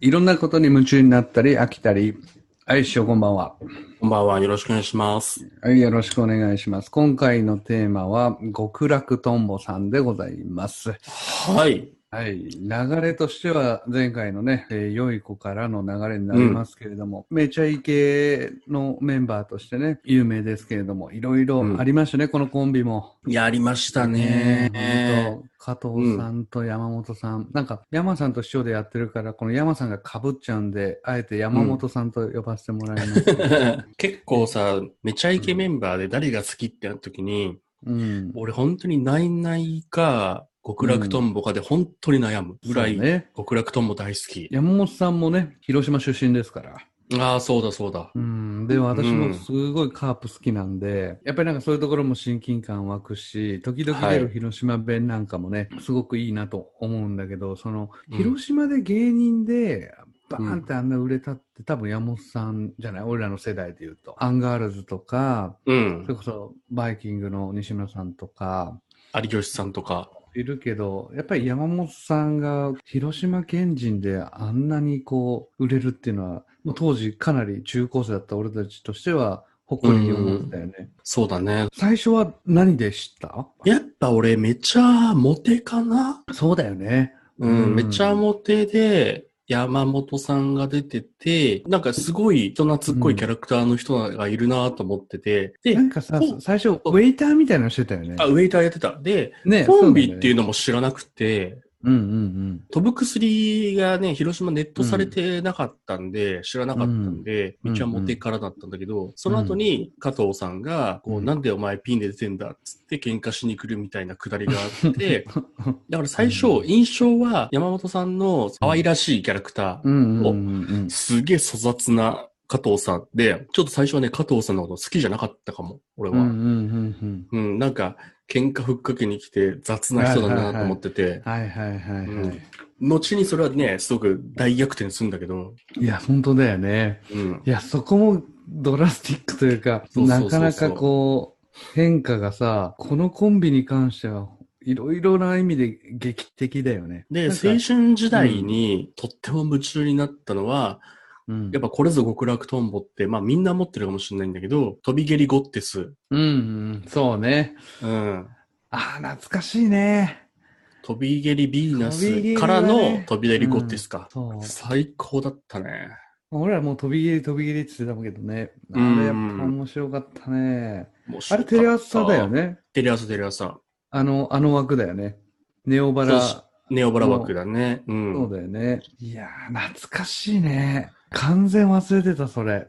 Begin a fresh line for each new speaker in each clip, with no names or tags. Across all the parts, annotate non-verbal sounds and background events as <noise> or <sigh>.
いろんなことに夢中になったり、飽きたり。はい、師匠こんばんは。
こんばんは。よろしくお願いします。
はい、よろしくお願いします。今回のテーマは、極楽とんぼさんでございます。
はい。
はい、流れとしては前回のね、えー良い子からの流れになりますけれども、めちゃイケのメンバーとしてね、有名ですけれども、いろいろありましたね、このコンビも。
やりましたね。
ほんと加藤さんと山本さん,、なんか山さんと師匠でやってるから、この山さんがかぶっちゃうんで、あえて山本さんと呼ばせてもらいます。
<laughs> 結構さ、めちゃイケメンバーで誰が好きってなった時に、
うん、
俺本当にナイナイか、極楽とんぼかで本当に悩むぐらい、
そうね。
極楽とんぼ大好き。
山本さんもね、広島出身ですから。
ああ、そうだそうだ。
うん、でも私もすごいカープ好きなんで、やっぱりなんかそういうところも親近感湧くし、時々出
は
る
い
広島弁なんかもね、すごくいいなと思うんだけど、その、
うん
広島で芸人で、バーンってあんな売れたって、多分山本さんじゃない俺らの世代で言うと。アンガールズとか、
う
それ
ん。
こそバイキングの西村さんとか、
有吉さんとか。
いるけど、やっぱり山本さんが広島県人であんなにこう売れるっていうのは、もう当時かなり中高生だった俺たちとしては誇りに思ってたよね。
そうだね。
最初は何で知った
やっぱ俺めちゃモテかな
そうだよね。
う
うん
ん、めちゃモテで、山本さんが出てて、なんかすごい人懐っこいキャラクターの人がいるなと思ってて、で
な、んかさ
そ、う
最初ウェイターみたいなのしてたよね。
あ、ウェイターやってた。で、
ね
コンビっていう
の。
のも知らなくて、
うんうん
飛ぶ薬がね、広島ネットされてなかったんで、知らなかったんで、
うん
道はモテからだったんだけど、その後に加藤さんが、こ
う
う、
ん
なんでお前ピンで出てんだっつって喧嘩しに来るみたいなくだりがあ <laughs> って、だから最初、印象は山本さんの可愛らしいキャラクター、
うん。うんうんうんうん。
すげえ粗雑な加藤さんで、ちょっと最初はね、加藤さんのこと好きじゃなかったかも、俺
うんうん
は。
う
うん、
んうん。
なんか、喧嘩ふっかけに来て雑な人だなと思ってて、
はいはいはいは
うん後にそれはね、すごく大逆転するんだけど、
い。いや、本当だよね。
うん。
いや、そこもドラスティックというか、
そうそうそうそう
なかなかこう、変化がさ、このコンビに関しては、いろいろな意味で劇的だよね。
で、
なんか
青春時代にとっても夢中になったのは、
うん、
やっぱこれぞ極楽トンボって、まあみんな持ってるかもしれないんだけど、飛び蹴りゴッテス。
うん、うん、そうね。
うん。
ああ、懐かしいね。
飛び蹴りビーナ
飛び蹴り
ス
はね
からの飛び蹴りゴッテスか。
そう。
最高だったね。
俺らもう飛び切り飛び切りって言ってたけどね。あ
うん
れやっぱ面白かったね。
面白
あれ
かった
テレ朝だよ。ね。
テレ朝、テレ朝。
あの、あの枠だよね。ネオバラ。
そうしネオバラ枠だね。うん。
そうだよね。いやー、懐かしいね。完全忘れてた、それ。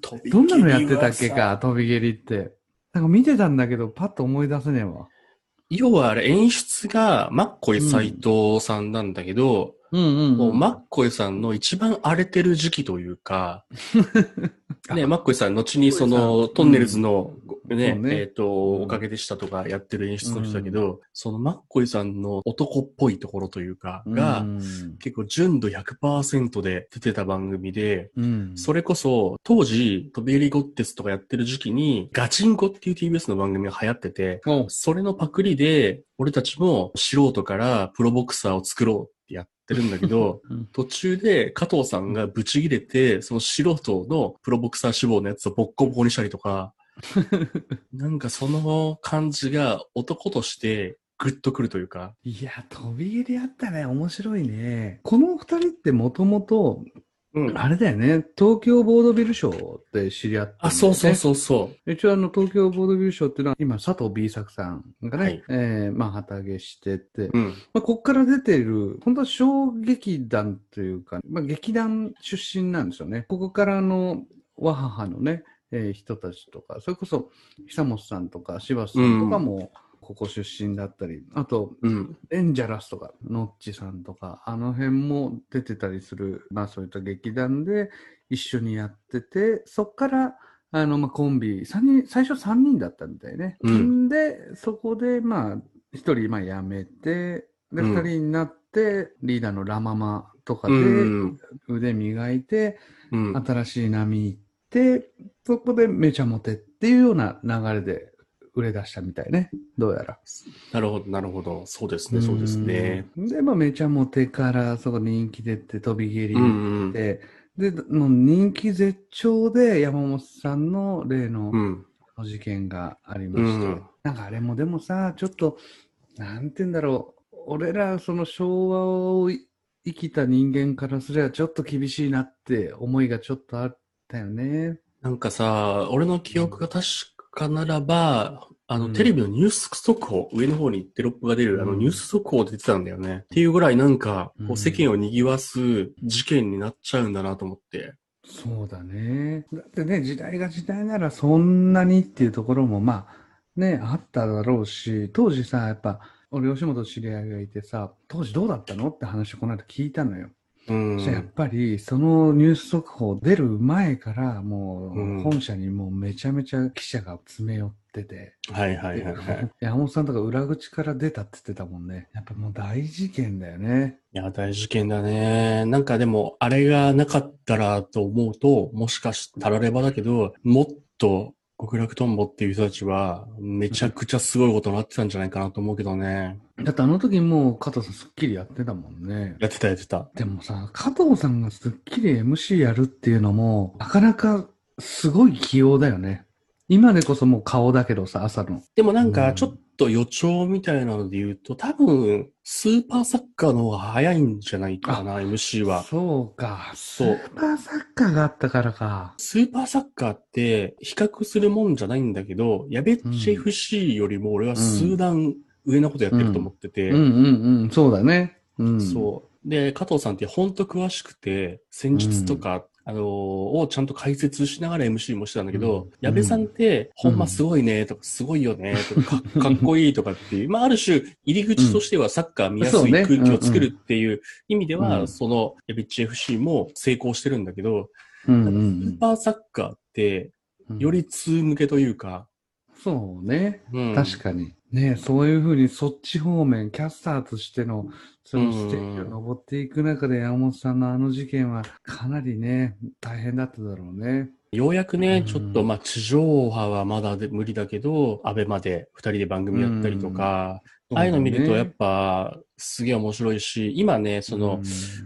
飛び蹴
どん
り
な
は
のやってたっけ
さ。
か、飛び蹴りって。なんか見てたんだけど、パッと思い出せねえわ。
要はあれ演出がマッコイ斎藤さんなんだけど、
うんうん、
もうマッコイさんの一番荒れてる時期とい
<laughs>
うか、ね、マッコイさん、後にそ
マッコイ
の
さん
トンネルズの、ね、
そうね
えっ、と、おかげでしたとかやってる演出の人だけど、そのマッコイさんの男っぽいところというか、が、
うん
結構純度100%で出てた番組で、
うん、
そ
れ、
れこそ、当時、飛び入りゴッテスとかやってる時期に、ガチンコっていう TBS の番組が流行ってて、
お
それのパクリで、俺たちも素人からプロボクサーを作ろうってやってるんだけ <laughs> ど
うん、
途中で加藤さんがブチ切れて、その素人のプロボクサー志望のやつをボッコボコにしたりと <laughs> か、なんかその感じが男としてグッとくるというか、
いや、飛び蹴りあったね。面白いね。このお二人ってもともと、
うん
あれだよね、東京ボードビル賞って知り合って、
あ、そうそうそうそう。
う。一応あの、東京ボードビル賞っていうのは、今、佐藤 B 作さんがね、
はい
えーまあ、旗揚げしてて、
うん。
まあ、こっから出ている、本当は小劇団というか、まあ、劇団出身なんですよね。ここからの、わははのね、えー人たちとか、それこそ、久本さんとか、柴田さんとかも、ここ出身だったり、あと、
うん。
デンジャラスとか、ノッチさんとか、あの辺も出てたりする、まあそういった劇団で一緒にやってて、そっから、あの、まあコンビ、三人、最初3人だったみたいね。
うん
で、そこで、まあ、1人、まあ辞めて、で、
うん
2人になって、リーダーのラママとか
う
で
ん。
腕磨いて、
うん。
新しい波行って、そこでめちゃモテっていうような流れで、売れ出したみたいね。どうやら。
なるほど、なるほど。そうですね、そうですね。
うん。で、まあ、めちゃモテから、そこ人気出て、飛び蹴り
うんうん。
で、で、もう人気絶頂で山本さんの例の
うん。
事件がありま
う
して、
ん。
なんかあれもでもさ、ちょっと、なんて言うんだろう、俺らその昭和をい生きた人間からすればちょっと厳しいなって思いがちょっとあったよね。
なんかさ、俺の記憶が確かならば、あの、
うん
テレビのニュース速報、上の方にテロップが出る、あの、
うん
ニュース速報出てたんだよね。っていうぐらいなんか、
うん
こう世間を賑わす事件になっちゃうんだなと思って。
そうだね。だってね、時代が時代ならそんなにっていうところもまあ、ね、あっただろうし、当時さ、やっぱ、俺吉本知り合いがいてさ、当時どうだったのって話をこの間聞いたのよ。
う
そしたらやっ
ん。
ぱり、そのニュース速報出る前から、も
うん
う、本社にもうめちゃめちゃ記者が詰め寄ってて、
はいはいはいはい。い
で山本さんとか裏口から出たって言ってたもんね。やっぱもう大事件だよね。
や、大事件だね。なんかでも、あれがなかったらと思うと、もしかしたらあればだけど、もっと極楽とんぼっていう人たちは、めちゃくちゃすごいことになってたんじゃないかなと思うけどね。
だってあの時もう加藤さんスッキリやってたもんね。
やってたやってた。
でもさ、加藤さんがスッキリ MC やるっていうのも、なかなかすごい器用だよね。今でこそもう顔だけどさ、朝の。
でもなん
う
か、
ん
ちょっと予兆みたいなので言うと、多分、スーパーサッカーの方が早いんじゃないかな、MC は。
そうか。
そう
スーパーサッカーがあったからか。
スーパーサッカーって、比較するもんじゃないんだけど、やべっち
うん
FC よりも俺は数段上のことやってると思ってて、
うんうんうん、そうだね。うん。
そう。で、加藤さんってほんと詳しくて、戦術とか、あのーをちゃんと解説しながら MC もしてたんだけど、
うん
矢部さんって、
うん
ほんますごいね、とか、すごいよね、とか、 <laughs> かかっこいいとかっていう、まあ、ある種、入り口としてはサッカー見やす
そう
い
ね
空気を作るっていう意味では、
うん
その、矢部っち FC も成功してるんだけど、
う。うん
ス
うん
ーパーサッカーって、
うん。
より通向けというか、
そうね。
うん
確かに。ねそういうふうにそっち方面、キャスターとしての、そのステージを登っていく中で、山本さんのあの事件は、かなりね、大変だっただろうね。
ようやくね、
うん
ちょっと、まあ、地上波はまだで無理だけど、アベまで二人で番組やったりとか、ああいうの見るとやっぱすげえ面白いし、今ね、その、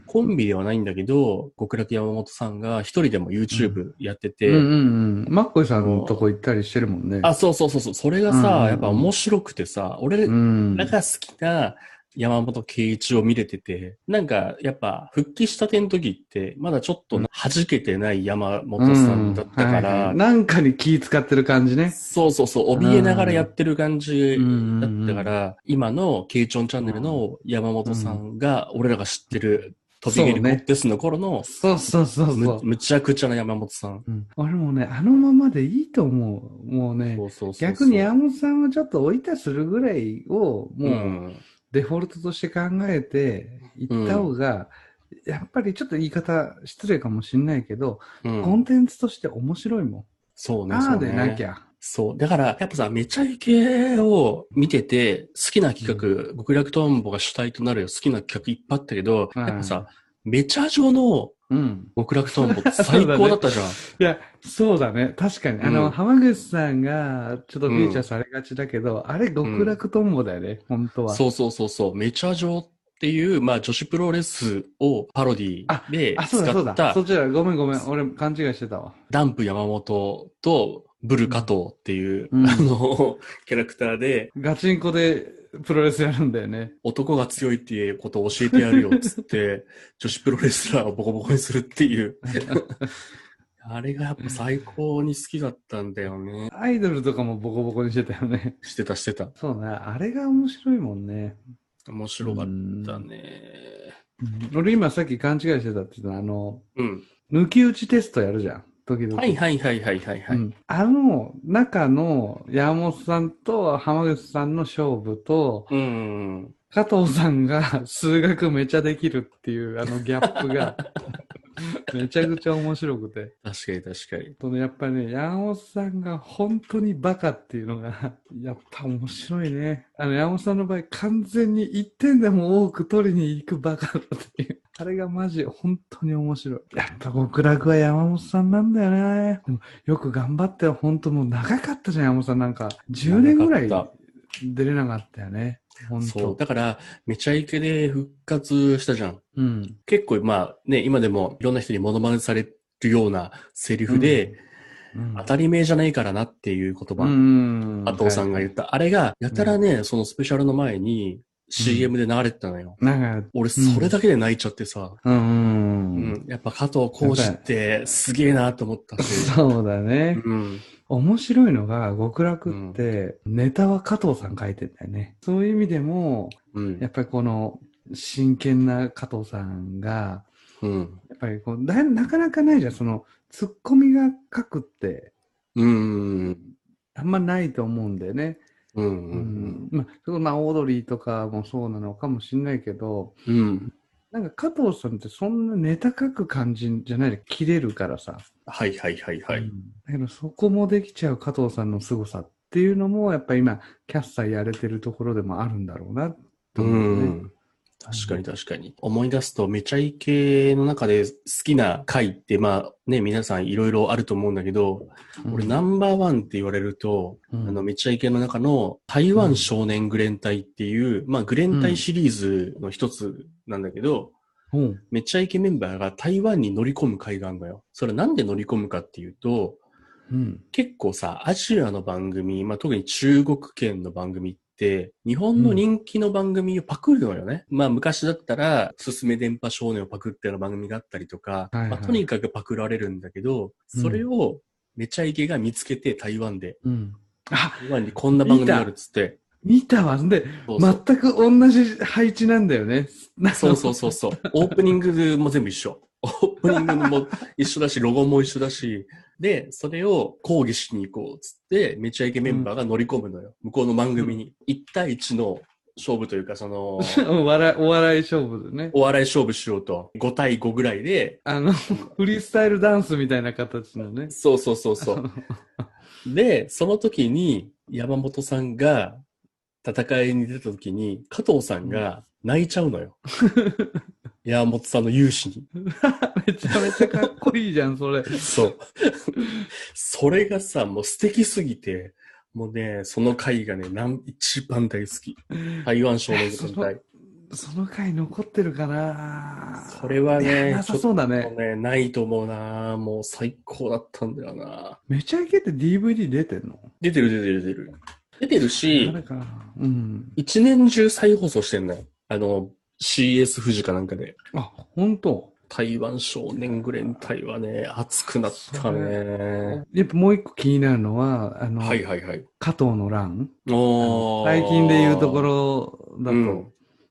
コンビではないんだけど、極楽山本さんが一人でも YouTube やって
う
て、
んうんうん。マッコイさんのとこ行ったりしてるもんね。
あ、そうそうそうそう、それが
うんうんうん
さ、やっぱ面白くてさ、俺
う
ら
ん。
が好きな山本圭一を見れてて、なんかやっぱ復帰したての時って、まだちょっと弾けてない山本さんだったか
うんはい
ら
はい、なんかに気使ってる感じね。
そうそうそう、怯えながらやってる感じだったから、今のケイチョンチャンネルの山本さんが、俺らが知ってる、飛び蹴り
そうね
コンテストの頃の、
そうそうそうそう
む、。むちゃくちゃな山本さん。
うん、俺もね、あのままでいいと思う。もうね
そ、うそうそうそう
逆に山本さんはちょっと追いたするぐらいを
う、
もうんデフォルトとして考えていった方が、やっぱりちょっと言い方失礼かもしんないけど、
うん
コンテンツとして面白いも。
そうんね、
あ
そ
あ
う
で
ね。
なきゃ。
そう。だから、やっぱさ、めちゃイケを見てて、好きな企画、極楽トンボが主体となる好きな企画いっぱいあったけど、
うん
やっぱさ、めちゃ上の
うん。
極楽トンボって最高だったじゃん。
いや、そうだね。確かに。あの、
うん
浜口さんがちょっとフィーチャーされがちだけど、あれ極楽とんぼだよね、本当は。
そうそうそうそう、メチャ上っていう、まあ、女子プロレスをパロディで
あ、そうだ
使
そう
っ
だ。
た
そっちだ。ごめんごめん。俺勘違いしてたわ。
ダンプ山本とブル加藤っていう、
うん
あの、キャラクターで、
ガチンコでプロレスやるんだよね。
男が強いっていうことを教えてやるよっつ
<laughs>
って、女子プロレスラーをボコボコにするっていう。あれがやっぱ最高に好きだったんだよね。
アイドルとかもボコボコにしてたよね。 <laughs>
してたしてた。
そうね。あれが面白いもんね。
面白かっ
うん
たね。
俺今さっき勘違いしてたって言ったのはあの、
うん。
抜き打ちテストやるじゃん。時々。
はいはいはいはいはいはい。
うんあの中の山本さんと浜口さんの勝負と、
うん。
加藤さんが数学めちゃできるっていうあのギャップ
<laughs>
が、めちゃくちゃ面白くて。
確かに確かに。
そのやっぱりね、山本さんが本当にバカっていうのが、やっぱ面白いね。あの、山本さんの場合、完全に1点でも多く取りに行くバカだっていう。あれがマジ、本当に面白い。やっぱ極楽は山本さんなんだよね。でもよく頑張って、本当もう長かったじゃん、山本さん。なんか、10年ぐらい
長かっ
出れなかったよね。本
そう。
当。
だから、めちゃイケで復活したじゃん。
うん。
結構、まあね、今でもいろんな人にモノマネされるようなセリフで、
うん
当たり前じゃないからなっていう言葉、
うん
阿藤さんが言った。あれが、やたらね、そのスペシャルの前に CM で流れてたのよ。
なんか、
俺、それだけで泣いちゃってさ、
うん
う
うんん、
やっぱ加藤浩次ってすげえなと思ったし。
そうだ <laughs>
う
ね。
ん。
面白いのが、極楽って、ネタは加藤さん書いてんだよね。そういう意味でも、
うん
やっぱりこの、真剣な加藤さんが、
うん。
やっぱりこうだいなかなかないじゃん。その、ツッコミが書くって、
うん。
あんまないと思うんだよね。
うん。う。
うんん。まあ、そこまあ、オードリーとかもそうなのかもしれないけど、
うん。
なんか加藤さんってそんなネタ書く感じじゃないで切れるからさ。
はいはいはいは
う
い。
んだけどそこもできちゃう加藤さんの凄さっていうのもやっぱ今キャスターやれてるところでもあるんだろうなと
う
思うね。
ん。確かに確かに。思い出すと、めちゃイケの中で好きな回って、まあね、皆さんいろいろあると思うんだけど、
うん
俺ナンバーワンって言われると、
うん
あの、めちゃイケの中の台湾少年グレン隊っていう、まあグレン隊シリーズの一つなんだけど、
うん
めちゃイケメンバーが台湾に乗り込む会があるのよ。それはなんで乗り込むかっていうと、
うん
結構さ、アジアの番組、まあ、特に中国圏の番組って、日本の人気の番組をパクるのよね。まあ、昔だったら、すすめ電波少年をパクっての番組があったりとか、
はいはい
まあ、とにかくパクられるんだけど、
うん
それをめちゃイケが見つけて台湾で、
うんあ
台湾にこんな番組があるっつって、
見たわ。で、
そうそう
全く同じ配置なんだよね。
そうそうそうそう。オープニングも全部一緒。オープニングも一緒だし、ロゴも一緒だし。で、それを抗議しに行こうっつって、めちゃイケメンバーが乗り込むのよ。向こうの番組に。1対1の勝負というか、その、
お笑い、お笑い勝負でね。
お笑い勝負しようと。5対5ぐらいで。
あの、フリースタイルダンスみたいな形の
<laughs>
ね。
そうそうそうそう。で、その時に山本さんが戦いに出た時に、加藤さんが泣いちゃうのよ。山本さんの勇姿に。
めちゃめちゃかっこいいじゃん、それ。
そう。それがさ、もう素敵すぎて、もうね、その回がね、なん一番大好き。台湾少年軍隊。
その回残ってるかな
それはい
や
ね、
なさそうだ
ちょっ
ね。
とね、ないと思うなもう最高だったんだよな
めちゃイケって DVD 出てんの
出てる出てる出てる。出てるし
あ、れかなうん。
一年中再放送してんのよ。あの、CS 富士かなんかで。
あ、本当。
台湾少年グレン隊はね、熱くなったね。
やっぱもう一個気になるのは、あの、
はいはいはい。
加藤の乱。
おー
最近で言うところだと、
うん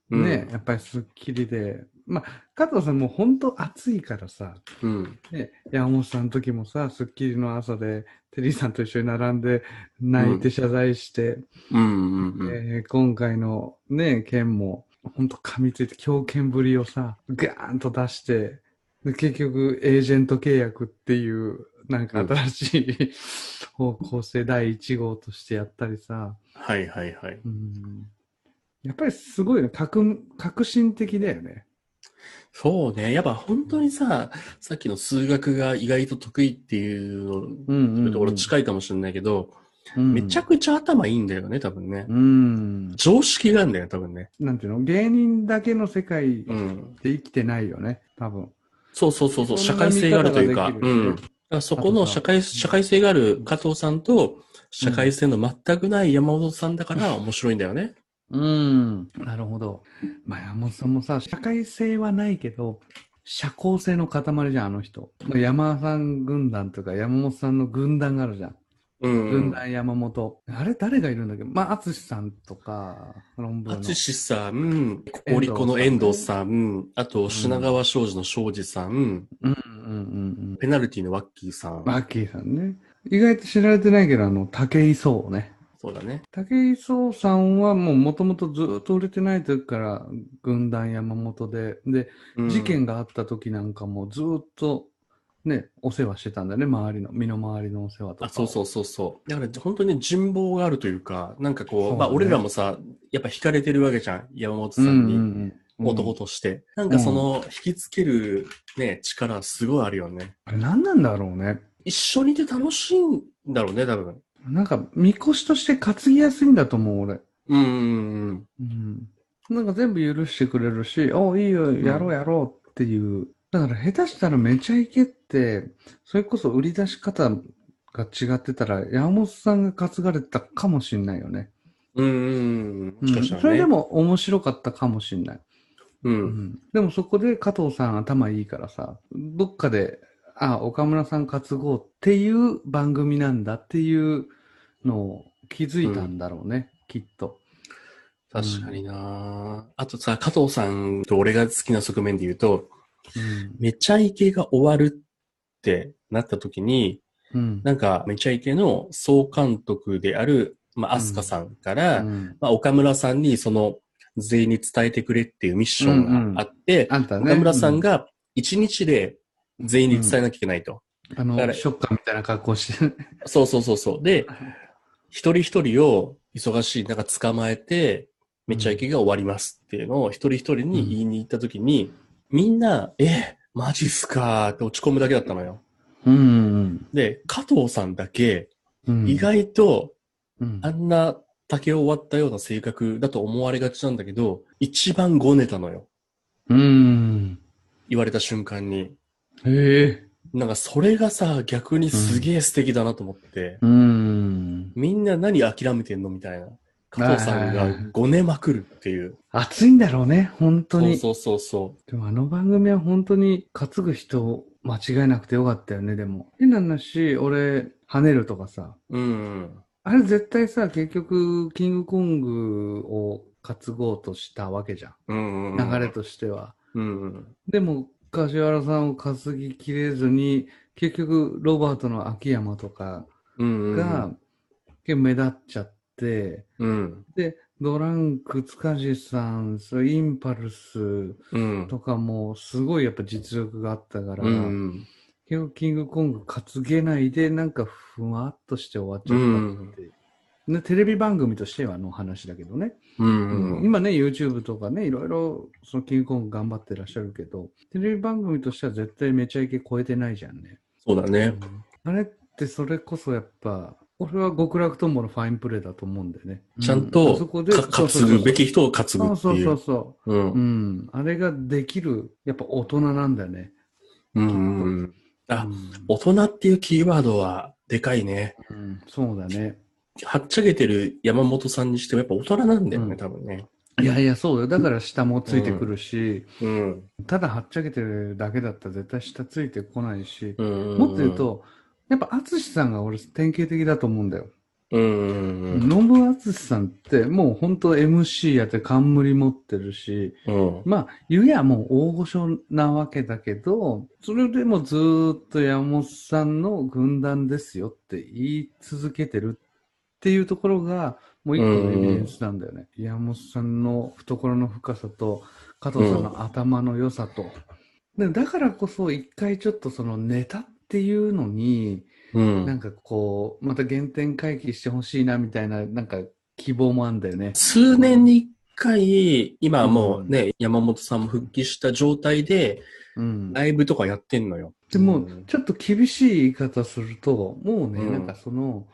うん
ね、やっぱりスッキリで。まあ、加藤さんも本当暑いからさ、
うん。
ね、山本さんの時もさ、スッキリの朝で、テリーさんと一緒に並んで、泣いて謝罪して、
うんうんうん。
えー今回のね、件も、本当噛みついて、狂犬ぶりをさ、ガーンと出して、で結局、エージェント契約っていう、なんか新しい、方向性第1号としてやったりさ、
はいはいはい。
うんやっぱりすごいね、革革新的だよね。
そうね。やっぱ本当にさ、さっきの数学が意外と得意っていうの、
うん
そういうところ近いかもしれないけど、
うん
めちゃくちゃ頭いいんだよね、多分ね。
うん。
常識があるんだよ、多分ね。
なんていうの芸人だけの世界
う
で
ん。
生きてないよね、多分。
そうそうそうそう、
そ
社
んな
会性があるというか。
見方がで
う
きるよね
ん。だからそこの社会、社会性がある加藤さんと、社会性の全くない山本さんだから面白いんだよね。
うん。なるほど。まあ、山本さんもさ、社会性はないけど、社交性の塊じゃん、あの人。山田さん軍団とか山本さんの軍団があるじゃん。
うん。
軍団山本。あれ誰がいるんだっけまあ、淳さんとか、論文
あ
の。
つしさん、ココリコの遠藤さん、あと品川庄司の庄司さん、
うんうんうん
ペナルティのワッキーさん
うん。。マッキーさんね。意外と知られてないけど、あの、武井壮ね。
そうだね。
武井壮さんはもう元々ずっと売れてない時から軍団山本で、で、
うん
事件があった時なんかもずっとね、お世話してたんだよね、周りの、身の回りのお世話とか。
あ、そうそうそうそう。だから本当に人望があるというか、なんかこう、
そうだね
まあ俺らもさ、やっぱ惹かれてるわけじゃん、山本さ
うんん
に。
うんうん
男として。なんかその、引きつけるね、力すごいあるよね。
あれ何なんだろうね。
一緒にいて楽しいんだろうね、多分。
なんか、みこしとして担ぎやすいんだと思う、俺。
うんうんうん。
うん。なんか全部許してくれるし、おいいよ、やろうやろうっていう。だから下手したらめちゃイケって、それこそ売り出し方が違ってたら、山本さんが担がれてたかもしんないよね。
うんうんうん。
う
も
ん
しかしたらね。
それで。も面白かったかもしんない。
う。
うんん、でもそこで加藤さん頭いいからさ、どっかで、あ、岡村さん担ごうっていう番組なんだっていうのを気づいたんだろうね、きっと。
確かになあとさ、加藤さんと俺が好きな側面で言うと、
うん
めちゃイケが終わるってなった時に、
うん。
なんか、めちゃイケの総監督である、まあ、
うん
アスカさんから、
うん
まあ、岡村さんにその、全員に伝えてくれっていうミッションがあって、
あんたね。
岡村さん
う
が1日で全員に伝えなきゃいけないと。
ん、あ
だか
の、
ら
ショッカーみたいな格好してる。
そうそうそうそう。で、一人一人を忙しい中捕まえて、めちゃイケが終わりますっていうのを一人一人に言いに行った時に、みんな、え、マジっすかーって落ち込むだけだったのよ。
うんうん
で、加藤さんだけ、
うん。
意外と
うん、
あんな竹を割ったような性格だと思われがちなんだけど、一番ごねたのよ。
うん。
言われた瞬間に。
へえ。
なんかそれがさ、逆にすげえ素敵だなと思って、
うん。
みんな何諦めてんのみたいな。加藤さん
はい
が
はいはい
ごねまくるっていう。
熱いんだろうね、本当に。
そうそうそうそ
でもあの番組は本当に担ぐ人間違えなくてよかったよね、でも。変な話、俺、跳ねるとかさ。
う。うん。
あれ絶対さ、結局、キングコングを担ごうとしたわけじゃ。
うんうんん、
流れ。としては。
うんうん。
でも、梶原さんを担ぎきれずに、結局、ロバートの秋山とか
うんうん。
が、結構目立っちゃって、
うん。
で、ドランク、塚地さん、それインパルス
うん。
とかも、すごいやっぱ実力があったから、
うんうん。
結局キングコング担げないで、なんかふわっとして終わっちゃったっていう。ね、テレビ番組としてはの話だけどね、
うんうん。
今ね、YouTube とかね、いろいろそのキングコング頑張ってらっしゃるけど、テレビ番組としては絶対めちゃイケ超えてないじゃんね。
そうだね。
あれってそれこそやっぱ、俺は極楽とんぼのファインプレーだと思うんだよね。
ちゃん
う
と、
あそこで
か、担ぐべき人を担ぐ
そう
っ
そう
てい。
そうう。そうう。うんん。あれができる、やっぱ大人なんだよね。
うんうんうん。あ
うん
大人っていうキーワードは、でかいね。
うん、そうだね。
はっちゃけてる山本さんにしてもやっぱ大人なんだよ
う
ね、
ん
多分ね。
いやいや、そうよ。だから下もついてくるし、
うん。
ただはっちゃけてるだけだったら絶対下ついてこないし、
うん。
もっと言う、と、やっぱ淳さんが俺典型的だと思うんだよ。
うん。
ノブ淳さんってもう本当 MC やって冠持ってるし、
うん。
まあ、言うやもう大御所なわけだけど、それでもずーっと山本さんの軍団ですよって言い続けてるっていうところが、もう一個のエビデンスなんだよね。山本さんの懐の深さと、加藤さんの頭の良さと。でだからこそ、一回ちょっとそのネタっていうのに、
う。
なんんかこう、また原点回帰してほしいなみたいな、なんか希望もあんだよね。
数年に一回、今はもうね、山本さんも復帰した状態で、
うん。
ライブとかやってんのよ。
でも
うん、
ちょっと厳しい言い方すると、もうね、
うん
なんかその、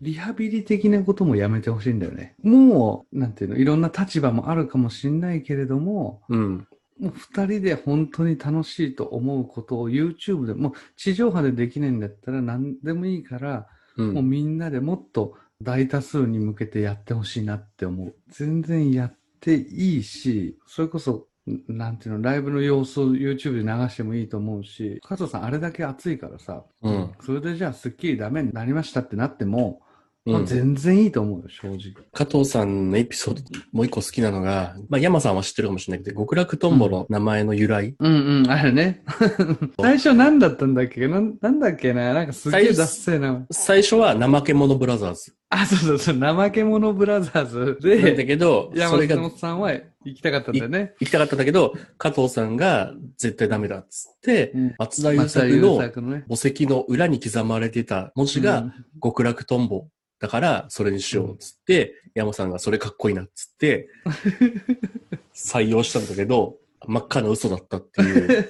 リハビリ的なこともやめてほしいんだよね。もう、なんていうの、いろんな立場もあるかもしれないけれども、
うん。
もう二人で本当に楽しいと思うことを YouTube でもう地上波でできないんだったら何でもいいから、
う。
もうんみんなでもっと大多数に向けてやってほしいなって思う。全然やっていいし、それこそ、んなんていうの、ライブの様子を YouTube で流してもいいと思うし、加藤さんあれだけ熱いからさ、
うん
それでじゃあスッキリダメになりましたってなっても、
う
まあ
ん
全然いいと思うよ、正直。
加藤さんのエピソード、もう一個好きなのが、まあ、山さんは知ってるかもしれないけど、極楽とんぼの名前の由来。
うんうん、あれね。 <laughs> 最初何だったんだっけなんなんだっけななんかすげえダッセーな。
最初は怠け者ブラザーズ。
あ、そうそうそう、怠け者ブラザーズ
なんだ
で、
けど、そ
山
れが
本さんは行きたかったんだよね。
行きたかったんだけど、加藤さんが絶対ダメだっつって、
うん
松田優
松田
作
優
の墓
作のね。
石の裏に刻まれてた文字が、
うん
極楽とんぼだから、それにしようっつって、山さんがそれかっこいいなっつ
<laughs>
って、採用したんだけど、真っ赤な嘘だったっ
<laughs>
ていう。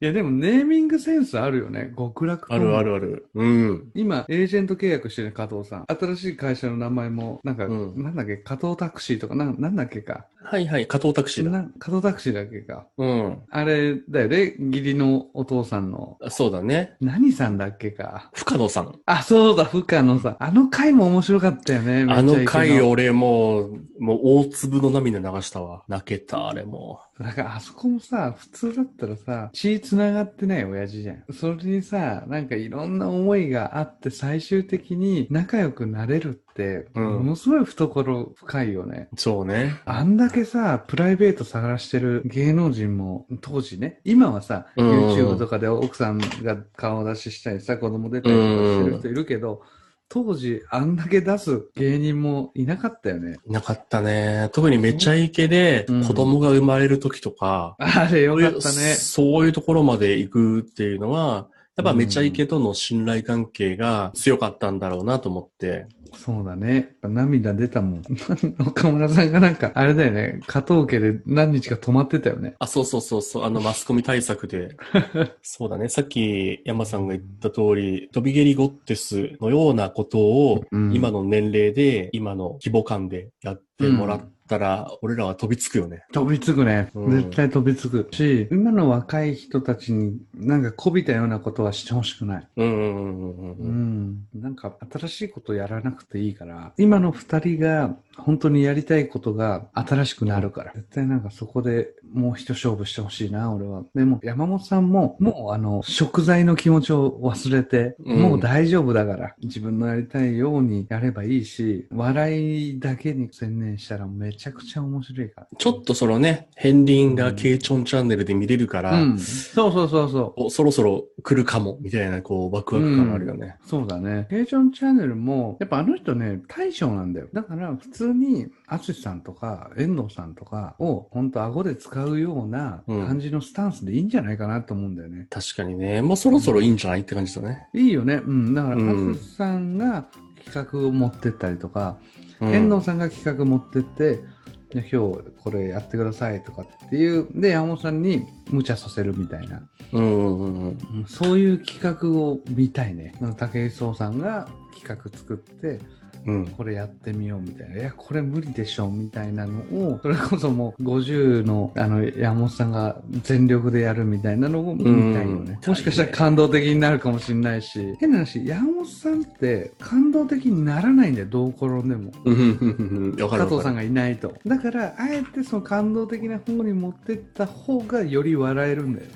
いや、でもネーミングセンスあるよね。極楽
あるあ
る。
るある。うん。
今、エージェント契約してる加藤さん。新しい会社の名前も、なんか、
うん
なんだっけ、加藤タクシーとか、なんなんだっけか。
はいはい、加藤タクシーだ。
な加藤タクシーだっけか。
うん。
あれだよね。義理のお父さんの。
そうだね。
何さんだっけか。
深野さん。
あ、そうだ、深野さん。あの回も面白かったよね。めっちゃ
あ
イケメ
の
ン
回。俺もう、もう大粒の涙流したわ。泣けた、あれも。
なんかあそこもさ、普通だったらさ、血繋がってない親父じゃん。それにさ、なんかいろんな思いがあって最終的に仲良くなれるって、
うん
ものすごい懐深いよね。
そうね。
あんだけさ、プライベート探してる芸能人も、当時ね、今はさ、
うん
YouTube とかで奥さんが顔出ししたりさ、子供出たりとかしてる人いるけど、当時あんだけ出す芸人もいなかったよね。
いなかったね。特にめちゃイケで、
うん
子供が生まれる時とか、
あれよ
そう
か
い
っ
う
たね。
そういうところまで行くっていうのは、やっぱめちゃイケとの信頼関係が強かったんだろうなと思って。
そうだね。やっぱ涙出たもん。 <laughs> 岡村さんがなんか、あれだよね。加藤家で何日か泊まってたよね。
あ、そうそうそうそう、あのマスコミ対策 <laughs> で。そうだね。さっき山さんが言った通り、飛び蹴りゴッテスのようなことを、
うん
今の年齢で、今の規模感でやってもらったら、俺らは飛びつくよね。
飛びつくね。
うん
絶対飛びつく。し、今の若い人たちになんか媚びたようなことはしてほしくない。
うんうんうん
う
うんうん。
ん。なんか新しいことやらなくていいから、今の二人が本当にやりたいことが新しくなるから。絶対なんかそこでもう一勝負してほしいな、俺は。でも山本さんも、もうあの、食材の気持ちを忘れて、
うん
もう大丈夫だから、自分のやりたいようにやればいいし、笑いだけに専念したらめちゃくちゃ面白いから。
ちょっとそのね、片鱗がケイチョンチャンネルで見れるから、
うん。そうそうそうそう。
おそろそろ来るかも、みたいな、こう、ワクワク感あるよね。
そうだね。ケイジョンチャンネルも、やっぱあの人ね、大将なんだよ。だから普通に、アツシさんとか、遠藤さんとかを、ほんと顎で使うような
うん
感じのスタンスでいいんじゃないかなと思うんだよね。
確かにね、もうそろそろいいんじゃないって感じだね。
いいよね。うん。だから、
うん
アツシさんが企画を持ってったりとか、
うん
遠藤さんが企画持ってって、で今日これやってくださいとかっていう、で、山本さんに無茶させるみたいな。
うんうんうんうん。
うんそういう企画を見たいね。武井壮さんが企画作って、
うん。 <laughs>
これやってみようみたいな。いや、これ無理でしょみたいなのを、それこそもう50の、あの、山本さんが全力でやるみたいなのを見たいよね。
うん
もしかしたら感動的になるかもしれないし。変な話、山本さんって感動的にならないんだよ、どう転んでも。
うんうんうんうん。
加
わかるわかる。
藤さんがいないと。だから、あえてその感動的な方に持ってった方がより笑えるんだよ。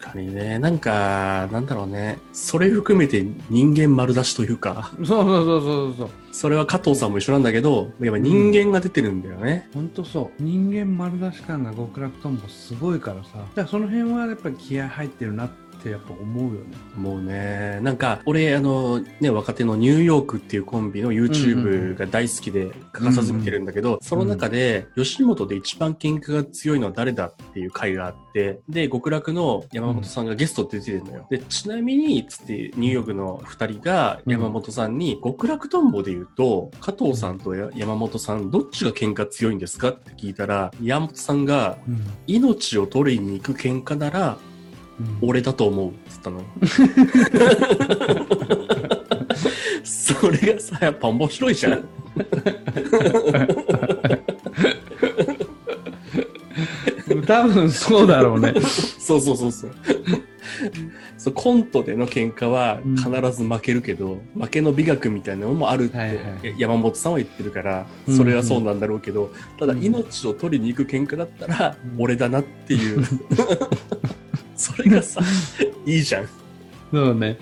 確かにね、なんか、なんだろうね、それ含めて人間丸出しというか、
そうそうそうそうそう。
それは加藤さんも一緒なんだけど、やっぱ人間が出てるんだよね。
ほんとそう人間丸出し感が極楽とんぼすごいからさだからその辺はやっぱり気合入ってるなってやっぱ思うよね
もうね、なんか、俺、あの、ね、若手のニューヨークっていうコンビの
うんうんうん
YouTube が大好きで欠かさず見てるんだけど、その中で、吉本で一番喧嘩が強いのは誰だっていう回があって、で、極楽の山本さんがゲストって出てるのよ。で、ちなみに、つって、ニューヨークの二人が山本さんに、極楽とんぼで言うと、加藤さんとや山本さん、どっちが喧嘩強いんですかって聞いたら、山本さんが、
うん、
命を取りに行く喧嘩なら、
俺
俺だと思うっつったのそれがさやっぱ面白いじゃん
多分そうだろう
<laughs>
ね
そうそうそうそうそうコントでの喧嘩は必ず負けるけど、負けの美学みたいなのもあるって、
はいはい
や山本さんは言ってるから
うん
それはそうなんだろうけど、ただ
うん
命を取りに行く喧嘩だったら俺だなっていう
<laughs>
それがさいいじゃん
そうね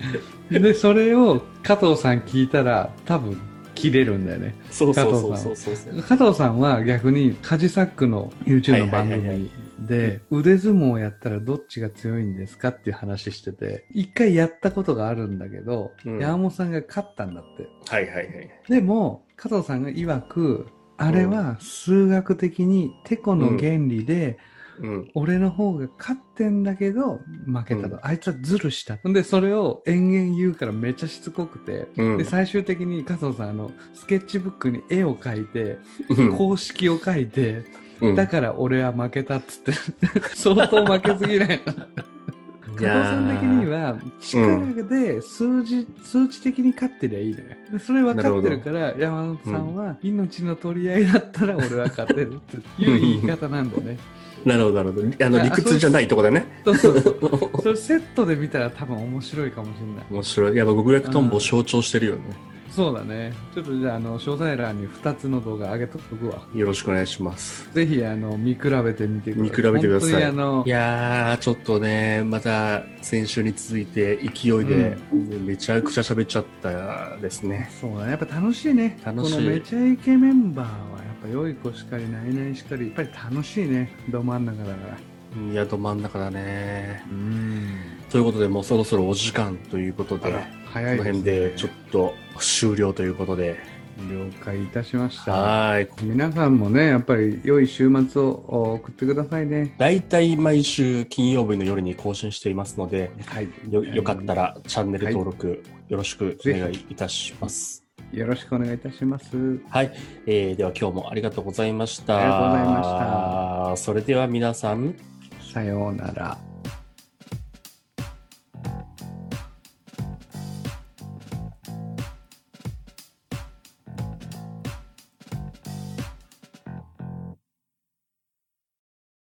でそれを加藤さん聞いたら多分切れるんだよね
そうそうそうそうそうそう
加藤さんは逆にカジサックの YouTube の番
はいはいはい
組で腕相撲をやったらどっちが強いんですかっていう話してて一回やったことがあるんだけど、
うん
山本さんが勝ったんだって
はいはいはい
でも加藤さんが曰くあれは数学的にてこの原理で、
うん。
俺の方が勝ってんだけど、負けたと。あいつはズルした。んで、それを延々言うからめっちゃしつこくて、
うん
で、。最終的に加藤さん、あの、スケッチブックに絵を描いて、
うん
公式を書いて、
うん
だから俺は負けたっつって、 <laughs> 相当負けず嫌いな。加藤さん的に
いや
は、力で数字、数値的に勝ってりゃいいのよ。でそれ分かってるから、山本さんは、命の取り合いだったら俺は勝てるっていう言い方なんだよね。
ーなるほど、なるほど。あの、
あ
理屈じゃないとこだね。
そうそうそう。それセットで見たら多分面白いかもしれない。
面白い。やっぱ極楽トンボを象徴してるよね。
そうだね。ちょっとじゃあ、あの、詳細欄に2つの動画上げとくわ。
よろしくお願いします。
ぜひ、あの、見比べてみてください。
見比べてくださ
本
い
当にあの
い、やー、ちょっとね、また先週に続いて勢いで、めちゃくちゃ喋っちゃったですね。
そうだね。やっぱ楽しいね。
楽しい
このめちゃイケメンバーは、やっぱ良い子しかり、ないないしかり、やっぱり楽しいね。ど真ん中だから。
いや、ど真ん中だね。
うん。
ということで、もうそろそろお時間ということで、こ
早い
の
です、ね。
辺でちょっと終了ということで、
了解いたしました。
はーい。
皆さんもね、やっぱり良い週末をお送ってくださいね。
大体毎週金曜日の夜に更新していますので、
はい。
よよかった
ら。
らチャンネル登録よろしくお願いいたします。
よろしくお願いいたします。
はい、えーでは今日もありがとうございました。
ありがとうございま
それでは皆さん、
さようなら。